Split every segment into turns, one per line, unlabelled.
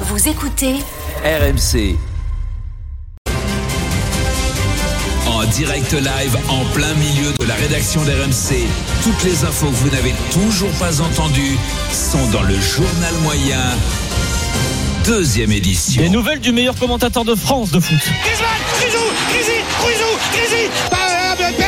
Vous écoutez
RMC. En direct live, en plein milieu de la rédaction d'RMC, toutes les infos que vous n'avez toujours pas entendues sont dans le journal moyen, deuxième édition.
Les nouvelles du meilleur commentateur de France de foot.
Eh
Griezmann, Grisou, Grisi, Grisou, Grisi,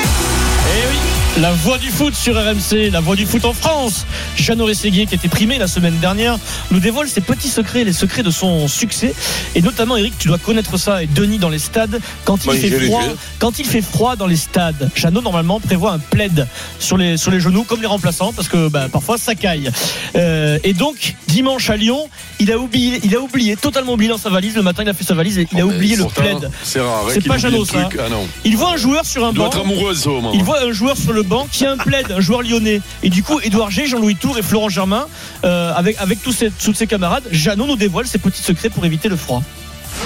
Eh oui, la voix du foot sur RMC, la voix du foot en France. Jeannot Rességuier, qui était primé la semaine dernière, nous dévoile ses petits secrets, les secrets de son succès. Et notamment, Eric, tu dois connaître ça, et Denis dans les stades, quand il,
Moi, j'ai
fait,
les
froid,
yeux.
quand il fait froid dans les stades, Jeannot, normalement, prévoit un plaid sur les, sur les genoux, comme les remplaçants, parce que bah, parfois, ça caille. Euh, et donc, dimanche à Lyon, il a, oublié, il a oublié, totalement oublié dans sa valise, le matin, il a fait sa valise, et il a oublié le
Oh, Pourtant,
plaid.
C'est rare. hein,
C'est
qu'il
pas
oublie
Jeannot,
le
ça.
truc. Ah non.
Il voit un joueur sur un
Il doit
banc.
être amoureux, ça, au moment.
Il voit un joueur sur le banc qui a un plaid, un joueur lyonnais. Et du coup, Édouard G, Jean-Louis Tour et Florent Germain, euh, avec, avec tous, ses, tous ses camarades, Jeannot nous dévoile ses petits secrets pour éviter le froid.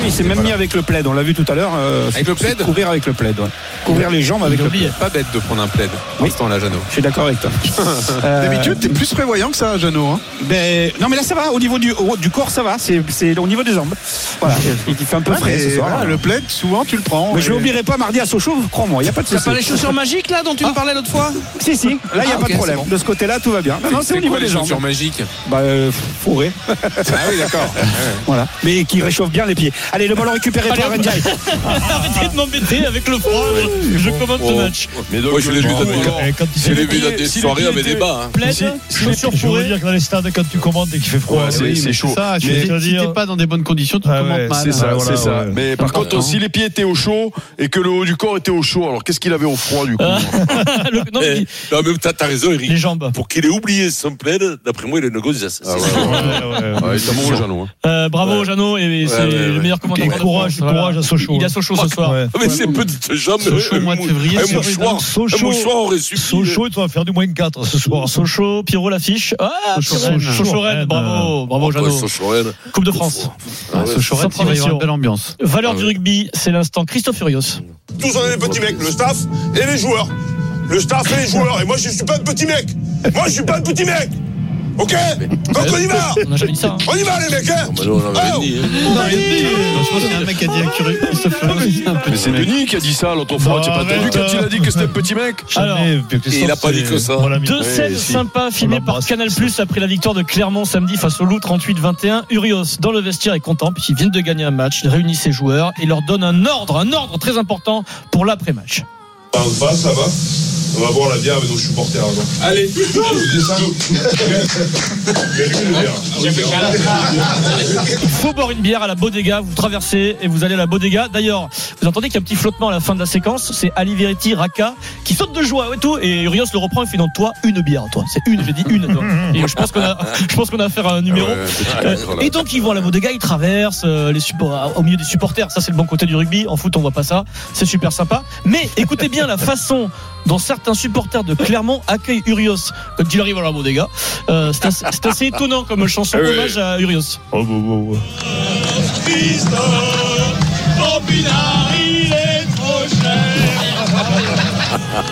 Il s'est même mis avec le plaid, on l'a vu tout à l'heure. euh,
Avec le plaid
Couvrir avec le plaid, ouais. Couvrir les jambes avec
Il
le
oublie.
plaid.
Pas bête de prendre un plaid. Oui. temps là, Jeannot.
Je suis d'accord avec toi. Euh,
D'habitude, t'es plus prévoyant que ça, Jeannot. hein.
ben, non, mais là, ça va. Au niveau du, au- du corps, ça va. C'est- C'est au niveau des jambes. Voilà. Il fait un peu
Ouais,
frais
mais
ce soir.
voilà,
Mais
le plaid, souvent, tu le prends.
je
Et-
l'oublierai pas mardi à Sochaux, crois-moi. Il n'y a pas de souci.
chaussures magiques là dont
Ah,
tu me parlais l'autre fois
Si, si. Là, il
Ah,
n'y a pas de problème. De ce côté-là, tout va bien. Non, non, c'est au
C'est
niveau
quoi
des
les
jambes.
chaussures magiques
Bah, euh, fourré.
Ah oui, d'accord. Ouais.
Voilà. Mais qui réchauffe bien les pieds. Allez, le ballon récupéré par Ndiaye.
Ah.
Arrêtez de m'embêter avec le froid, je commande ce
Oh.
match.
Mais donc,
Moi, je l'ai vu
prends.
donner.
Alors,
Eh,
Quand il
C'est les vues de des soirées avec des bas.
plaid, chaussures fourrées.
dire que dans les stades, quand tu commandes et qu'il fait froid,
Ah,
Ouais, c'est- c'est chaud.
Ça, tu
Mais-
veux dire.
pas dans des bonnes conditions, tu
Ah ouais, c'est ça, c'est ça.
Mais par contre,
important.
si les pieds étaient au chaud et que le haut du corps était au chaud, alors qu'est-ce qu'il avait au froid du coup
Le- non, mais
Eh, Non, mais t'as t'as raison, Eric.
les jambes.
Pour qu'il ait oublié son plaid, d'après moi, il est une gosse.
Ah ouais, ouais, ouais. Ah, Il est amoureux, Jeannot. hein.
Euh, bravo Jeannot, et c'est
ouais,
le
ouais.
meilleur commentateur.
Et
de
courage,
France, voilà.
courage à Sochaux.
hein.
Il a Sochaux ce soir.
Ouais.
Mais ces petites jambes.
Sochaux,
euh,
mois de
mou-
février,
Un
sur-
mouchoir. Un
Sochaux.
mouchoir aurait suffi. hein.
Sochaux, ils vont faire du moins 4 ce soir.
Sochaux, Pierrot l'affiche. Ah,
Sochaux, Rennes.
Sochaux, Rennes,
Rennes,
bravo, bravo
Ouais,
Jeannot.
Sochaux-Rennes.
Coupe de France.
Ah ouais.
Sans progression.
ambiance.
Valeur
Ah
du
ouais.
rugby, c'est l'instant Christophe Furios.
Tous on est des petits mecs, le staff et les joueurs. Le staff et les joueurs. Et moi je suis pas un petit mec. Moi je suis pas un petit mec. Ok Donc on y va
On n'a jamais dit ça. hein.
On y va les mecs hein
Bah, nous, on avait
Oh.
dit, hein.
Je pense qu'il y a un mec qui a dit à Curie, Christophe
Mais c'est Denis qui a dit ça, l'autre fois.
Non,
Tu n'as pas entendu
arrête,
quand il
euh.
a dit que c'était un petit mec
Et il a pas dit que ça.
Deux scènes
si.
sympas filmées par Canal Plus après la victoire de Clermont samedi face au Loup 38-21. Urios dans le vestiaire est content puisqu'il vient de gagner un match. Il réunit ses joueurs et leur donne un ordre, un ordre très important pour l'après-match.
Ça on passe là-bas. On va boire la bière avec nos supporters avant. Allez
Il faut boire une bière à la Bodega. Vous traversez et vous allez à la Bodega. D'ailleurs, vous entendez qu'il y a un petit flottement à la fin de la séquence. C'est Ali Verratti, Raka, qui saute de joie et tout. Et Urios le reprend et fait dans toi une bière, toi. C'est une, j'ai dit une. toi. Et je pense qu'on a, je pense qu'on a affaire à un numéro.
Ah Ouais, petit
Euh,
mec, voilà.
Et donc ils vont à la bodega, ils traversent euh, les suppo- au milieu des supporters. Ça c'est le bon côté du rugby. En foot on voit pas ça. C'est super sympa. Mais écoutez bien la façon dont certains supporters de Clermont accueillent Urios quand il arrive à la bodega. Euh, c'est assez, c'est assez étonnant comme
Ah
chanson hommage à Urios.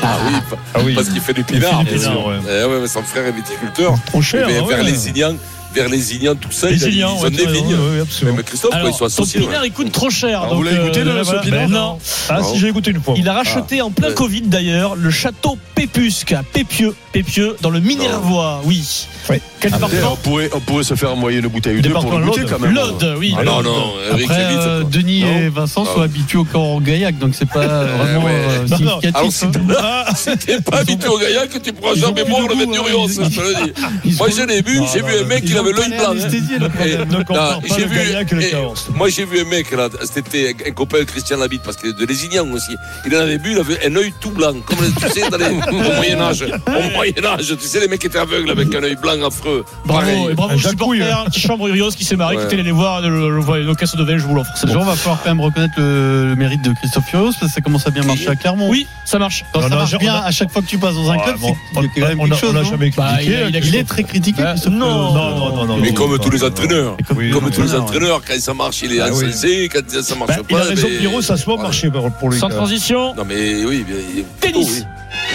Ah oui, pa- parce qu'il fait du pinard.
Il fait du
bien
pinard,
sûr.
ouais.
Eh ouais, mais son frère est viticulteur.
Trop cher.
Eh ben,
ah ouais.
Vers les Ignans, vers les Ignans, tout ça,
Les
ils ils
Iliens,
ont
ouais,
des
ouais,
vignes.
ouais, ouais,
Mais
absolument.
mais Christophe, quoi, ils sont
euh, son
associés.
pinard
ouais.
il coûte trop cher.
Alors,
donc,
vous l'avez goûté, le- ce
voilà.
pinard
Non.
Ah,
Bravo.
si j'ai goûté une fois.
Il euh, a racheté en plein
Ouais.
Covid d'ailleurs le château Pépusque à Pépieux, Pépieux dans le Minervois, oui.
Ouais.
Quel
Après,
département
on pourrait, on pourrait se faire envoyer une bouteille ou deux pour
Département
le goûter
l'Aude.
quand même.
L'Aude, oui.
Ah non, non, Eric, c'est vite. quoi.
Euh, Denis
Non. et
Vincent
sont Ah ouais.
habitués au corps gaillac, donc c'est pas
vraiment, ouais. euh,
Non, non.
significatif, Alors,
hein.
c'est-
Ah,
T'es pas habitué au Gaillac que tu pourras
Ils ont
jamais
plus
boire
de
le
goût,
vin du
hein,
Rios,
ils-
je te le dis.
Ils
Moi,
sont-
je l'ai bu,
Non,
j'ai
non,
vu un mec,
ils
il
ont
avait
pas
l'œil
l'air
blanc.
anesthésiés, le problème.
Eh,
Ne compare
non,
pas
j'ai
le
vu-
Gaillac et le
eh,
Cahors.
Moi, j'ai vu un mec, là, c'était un copain Christian Labitte, parce qu'il est de Lézignan aussi. Il en avait bu, il avait un œil tout blanc, comme les- tu sais, dans les- au Moyen-Âge. Au Moyen-Âge, tu sais, les mecs étaient aveugles avec un œil blanc affreux.
Bravo,
Pareil.
et bravo aux
Un jacouille,
supporters, Chambre Urios qui s'est marré,
Ouais.
qui était allé les voir, le, le, le- le casse de vin, je vous l'offre. c'est
Déjà,
bon.
on va falloir quand même reconnaître le, le mérite de Christophe Furios parce que ça commence à bien marcher à Clermont.
Oui, ça marche.
Quand
Ça
ça
marche.
marche bien à chaque fois que tu passes dans un club,
bon,
c'est qu'il y a quand même quelque chose.
on l'a
non
jamais
Bah, il, a- il a-
Il est très critiqué.
Bah,
Christophe
non.
Furios.
Non, non, non, non,
Mais comme tous les entraîneurs.
Oui,
Comme
non,
tous les
non,
entraîneurs, quand ça marche, il est
Ah oui.
insensé, quand ça marche
Bah,
pas.
il a raison,
ben,
Pierrot, ça se voit
voilà.
marcher pour pour lui.
Sans
quand même.
transition,
Non, mais oui, mais-
Tennis.
Oui.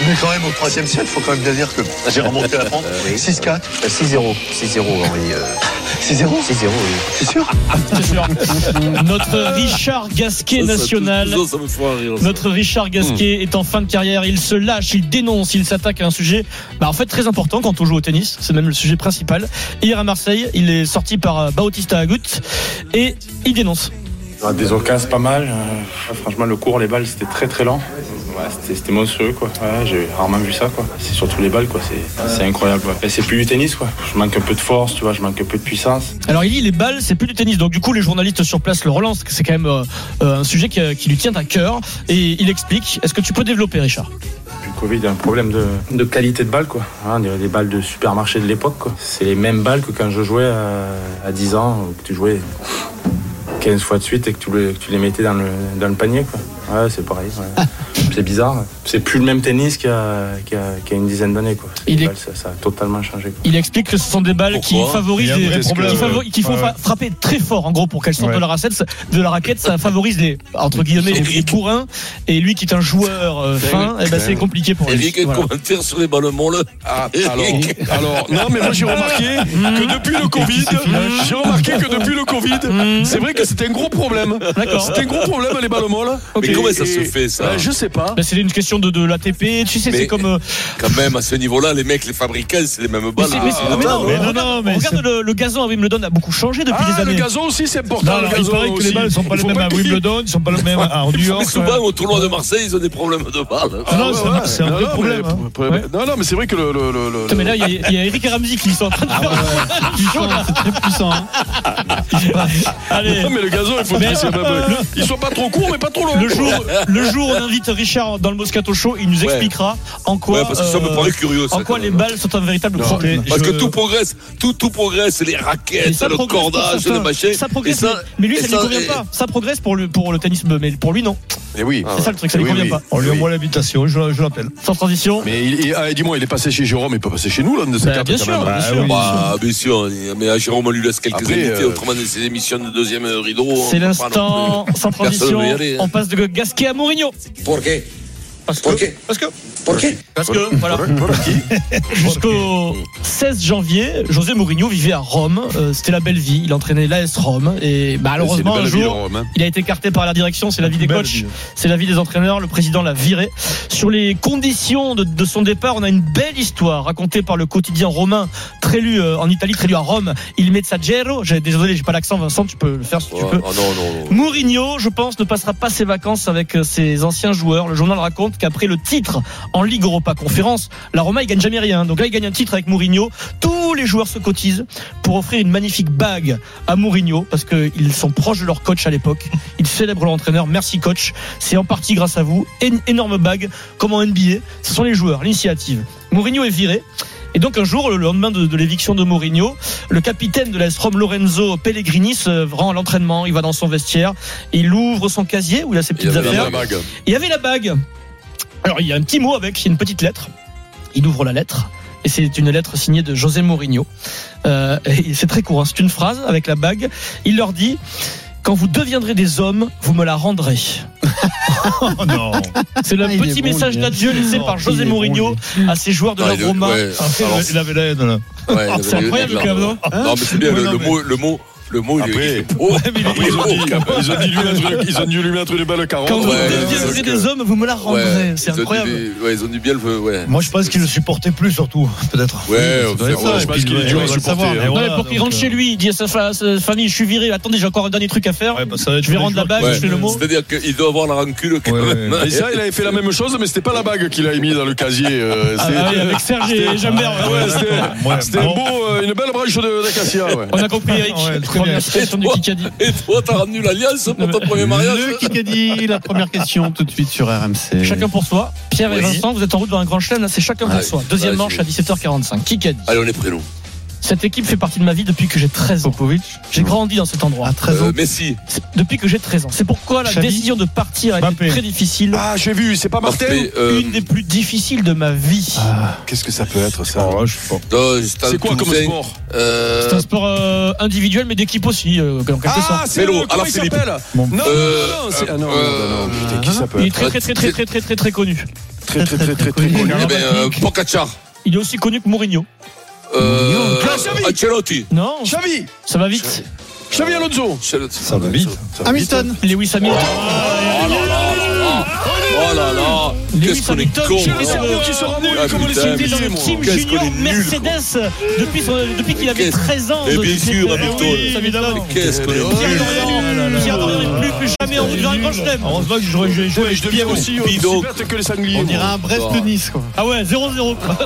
Mais quand même, au troisième set, il faut quand même bien dire que j'ai remonté la pente. 6-4. 6-0. 6-0, Henri. 6-0 6-0, oui. C'est sûr
C'est sûr. Notre Richard Gasquet
Ça, ça,
national.
toujours, ça me fait un rire, ça.
Notre Richard Gasquet est en fin de carrière, il se lâche, il dénonce, il s'attaque à un sujet bah, en fait très important quand on joue au tennis, c'est même le sujet principal. Hier à Marseille, il est sorti par euh, Bautista Agut et il dénonce.
On a des occasions pas mal. Euh, franchement, le cours, les balles, c'était très très lent. Ouais, c'était- c'était monstrueux quoi. Ouais, j'ai rarement vu ça quoi. C'est surtout les balles quoi. C'est c'est incroyable. ouais. Et c'est plus du tennis quoi. Je manque un peu de force, tu vois. Je manque un peu de puissance.
Alors il dit les balles, c'est plus du tennis. Donc du coup les journalistes sur place le relancent, c'est quand même euh, euh, un sujet qui, euh, qui lui tient à cœur et il explique. Est-ce que tu peux développer Richard
Depuis le Covid, il y a un problème de, de qualité de balle quoi. Hein, des, des balles de supermarché de l'époque quoi. C'est les mêmes balles que quand je jouais à, à 10 ans ou que tu jouais 15 fois de suite et que tu, le- que tu les mettais dans le, dans le panier quoi. Ouais, c'est pareil. ouais. C'est bizarre. C'est plus le même tennis qu'il y a, qu'il y Euh, a- qu'il y a une dizaine d'années quoi. Les balles, ça, ça a totalement changé quoi.
Il explique que ce sont des balles qui
Pourquoi
favorisent
Il y a un
les-
vrai
qui
problème.
favori- qu'il faut
Ouais.
fa- frapper très fort en gros pour qu'elles sortent
Ouais.
de la raquette, de la raquette, ça favorise les entre guillemets les, les bourrins et lui qui est un joueur euh, fin, eh ben, c'est compliqué pour lui.
Eric, un
Voilà.
commentaire sur les balles, le Ah,
alors, alors, non, mais moi j'ai remarqué que
Ah,
depuis le Covid, euh, j'ai remarqué que depuis le Covid, c'est vrai que c'était un gros problème.
Hmm. D'accord.
C'était un gros problème les balles molles.
Mais
Et-
comment ça
et-
se fait, ça
Ben, Je sais pas.
Ben, c'est une question de, de l'ATP, tu sais,
Mais-
c'est comme. euh,
Quand même, à ce niveau-là, les mecs, les fabricants, c'est les mêmes
mais
balles. Ah.
c'est- mais c'est- mais non, mais regarde, regarde le, le gazon à Wimbledon a beaucoup changé depuis
Ah,
des années.
le gazon aussi, c'est important.
Non,
le
non, il
gazon
paraît que les
aussi.
balles sont pas
Il
les
faut
mêmes à
qu'il-
Wimbledon, ils sont pas les mêmes à- en New York,
Mais souvent,
ouais.
au tournoi de Marseille, ils ont des problèmes de balles.
Ah non, c'est un- c'est un vrai
Non, mais-
problème, hein.
pro- problème- Non, non, mais c'est vrai que le. le- le- le-
Putain, mais là, il y, a- il y a Eric et Ramsey qui sont en train de faire. Puissant, Ah c'est très puissant. hein. Allez.
Non, mais le gazon, il faut
Mais-
dire, c'est pas- Ils sont pas trop courts, mais pas trop longs.
Le jour, le jour où on invite Richard dans le Moscato Show, il nous expliquera en quoi, euh,
Ouais, parce que ça
Euh,
me paraît curieux, ça,
en quoi
quand
les
même.
balles sont un véritable
Non,
problème.
Parce que
Je-
tout progresse, tout, tout progresse, les
Mais
raquettes,
ça
le
progresse pour
cordage,
certains.
le machin.
Ça progresse,
Et ça-
mais- mais lui, ça
et
lui convient pas. Ça progresse pour le, pour le tennis, mais pour lui, non.
Et oui.
Ah
C'est ça le truc, ça lui
Oui,
convient
oui.
pas.
On lui envoie
l'invitation, je, l'appelle. Sans transition.
Mais il, il- ah, dis-moi, il est passé chez Jérôme, il peut passer chez nous, là, de ces
Bah,
quatre,
bien
quand
sûr,
même.
bien
Bah,
sûr.
oui.
Bah, bien sûr, mais à Jérôme, on lui laisse quelques
Après,
invités,
euh,
autrement, dans ses émissions de deuxième rideau. hein,
C'est
on peut pas non
l'instant
plus.
sans
Personne
transition.
veut y aller, hein.
On passe de Gasquet à Mourinho.
Pourquoi
Parce que. Parce que. Parce que, voilà. Jusqu'au 16 janvier, José Mourinho vivait à Rome. Euh, C'était la belle vie. Il entraînait l'AS Rome. Et bah, malheureusement,
C'est une
un
belle ville,
jour,
Rome, hein.
il a été écarté par la direction. C'est la vie des
Belle
coachs.
vie.
C'est la vie des entraîneurs. Le président l'a viré. Sur les conditions de, de son départ, on a une belle histoire racontée par le quotidien romain, très lu euh, en Italie, très lu à Rome. Il Messaggero. J'ai- Désolé, j'ai pas l'accent, Vincent. Tu peux le faire si tu peux.
Ah non, non, non.
Mourinho, je pense, ne passera pas ses vacances avec euh, ses anciens joueurs. Le journal raconte qu'après le titre en Ligue Europa Conférence, la Roma, il gagne jamais rien. Donc là, il gagne un titre avec Mourinho. Tous les joueurs se cotisent pour offrir une magnifique bague à Mourinho parce qu'ils sont proches de leur coach à l'époque. Ils célèbrent l'entraîneur. Merci coach. C'est en partie grâce à vous. Une énorme bague, comme en NBA. Ce sont les joueurs, l'initiative. Mourinho est viré. Et donc un jour, le lendemain de, de l'éviction de Mourinho, le capitaine de l'AS Rome, Lorenzo Pellegrini, se rend à l'entraînement, il va dans son vestiaire, il ouvre son casier où il a ses
Il y
petites
avait
affaires.
la bague.
Il y avait la bague. Alors il y a un petit mot avec, il y a une petite lettre. Il ouvre la lettre. Et c'est une lettre signée de José Mourinho. Euh, et c'est très court, hein, c'est une phrase avec la bague. Il leur dit Quand vous deviendrez des hommes, vous me la rendrez.
Oh non.
C'est le
Ah, il
petit
est bon,
message
lui.
d'adieu laissé
Oh,
par José
il est bon,
Mourinho à ses joueurs de
Ah,
la
il est-
Roma.
ouais. Alors,
Il avait la haine là.
Ouais, il
C'est
avait-
incroyable,
il avait-
quand même,
Non, mais c'est bien,
Ouais,
le,
non,
le
mais-
mot, le mot, le mot, il est- il est beau.
Après, ils ont dit, ils ont dit lui un truc, ils ont dû lui mettre des balles
Quand
carottes.
vous
Ouais,
deviendrez
c'est
des hommes, vous me la rendrez.
Ouais,
c'est
ils ont
incroyable.
dû- ouais, ils ont du bien le. Ouais.
Moi, je pense qu'il le supportait plus, surtout, peut-être. Ça
Ouais,
doit
c'est
être
vrai,
ça,
je
et
pense
puis,
qu'il est
ouais,
dur à
on va le
supporter,
savoir,
hein.
mais
Non,
voilà,
mais pour qu'il
donc, euh,
rentre chez lui, il dit à sa fa- sa famille Je suis viré, attendez, j'ai encore un dernier truc à faire.
Ouais, bah, ça va être
je vais
les
rendre la
joueurs
bague,
qui-
je fais le mot.
C'est-à-dire qu'il doit avoir la rancune quand
Ouais,
même. hein.
Et ça, il avait fait la même chose, mais c'était pas la bague qu'il a mis dans le casier. euh,
Ah,
c'est-
bah oui, avec Ah Serge et Jambert.
Ah ouais, c'était-
Ouais,
c'était un
bon.
beau, euh, une belle branche de- d'acacia. Ouais.
On a compris, Eric.
Ouais, très bien.
Première citation du Kikadi.
Et toi, t'as rendu l'alliance pour ton premier mariage hein
Le Kikadi, la première question tout de suite sur RMC.
Chacun pour soi. Pierre et
Oui.
Vincent, vous êtes en route vers un grand chelem, là c'est chacun
Ah
pour
oui.
soi. Deuxième
Vas-y.
manche à 17h45. Kikadi.
Allez, on est prêts, nous.
Cette équipe fait partie de ma vie depuis que j'ai 13 ans.
Popovic.
J'ai grandi dans cet endroit.
À 13 ans.
Euh, Messi,
C'est- Depuis que j'ai 13 ans. C'est pourquoi la
Xavi.
décision de partir a été
Mbappé.
très difficile.
Ah, j'ai vu, c'est pas Martin
Mbappé, euh,
Une des plus difficiles de ma vie.
Qu'est-ce que ça peut être, ça
Oh, je sais pas.
euh, Stade
C'est quoi comme
Toulousain,
sport
euh,
C'est un sport euh, individuel mais d'équipe aussi, euh, en quelque
Ah,
sorte.
c'est le
Vélo,
comment
Alain
il
Philippe.
s'appelle Non, non,
Euh,
non, c'est- ah non,
euh,
non, non, putain, qui ça peut
Il est
être
très très très très très très très très, connu.
très, très, très, très, très
connu.
connu.
Il est
Eh ben, euh,
olympique.
Pogacar.
Il est aussi connu que Mourinho.
Euh,
Non, Xavi.
Ancelotti.
Non Xavi Ça va vite.
Xavi Alonso.
Ça
va vite.
hein.
Hamilton. Lewis Hamilton.
Oh là là là là. Oh là là Qu'est-ce qu'on est con
Hamilton, Chéri Serrano, qui se ramenait
Ah,
comme les cités dans le team
Qu'est-ce qu'on
junior
est nul quoi.
Mercedes depuis, son- depuis qu'il avait
Qu'est-ce-
13 ans.
Mais
de-
bien sûr, Hamilton.
Eh oui, évidemment.
oh, Mais Qu'est-ce qu'on est nul
Pierre Dorian n'est plus, plus jamais en route vers un grand chelem. Heureusement que j'aurais joué
Ouais, je deviens aussi, aussi
Bidoc.
verte que les sangliers.
On dirait un Brest-Nice, quoi.
Ah ouais, 0-0. quoi.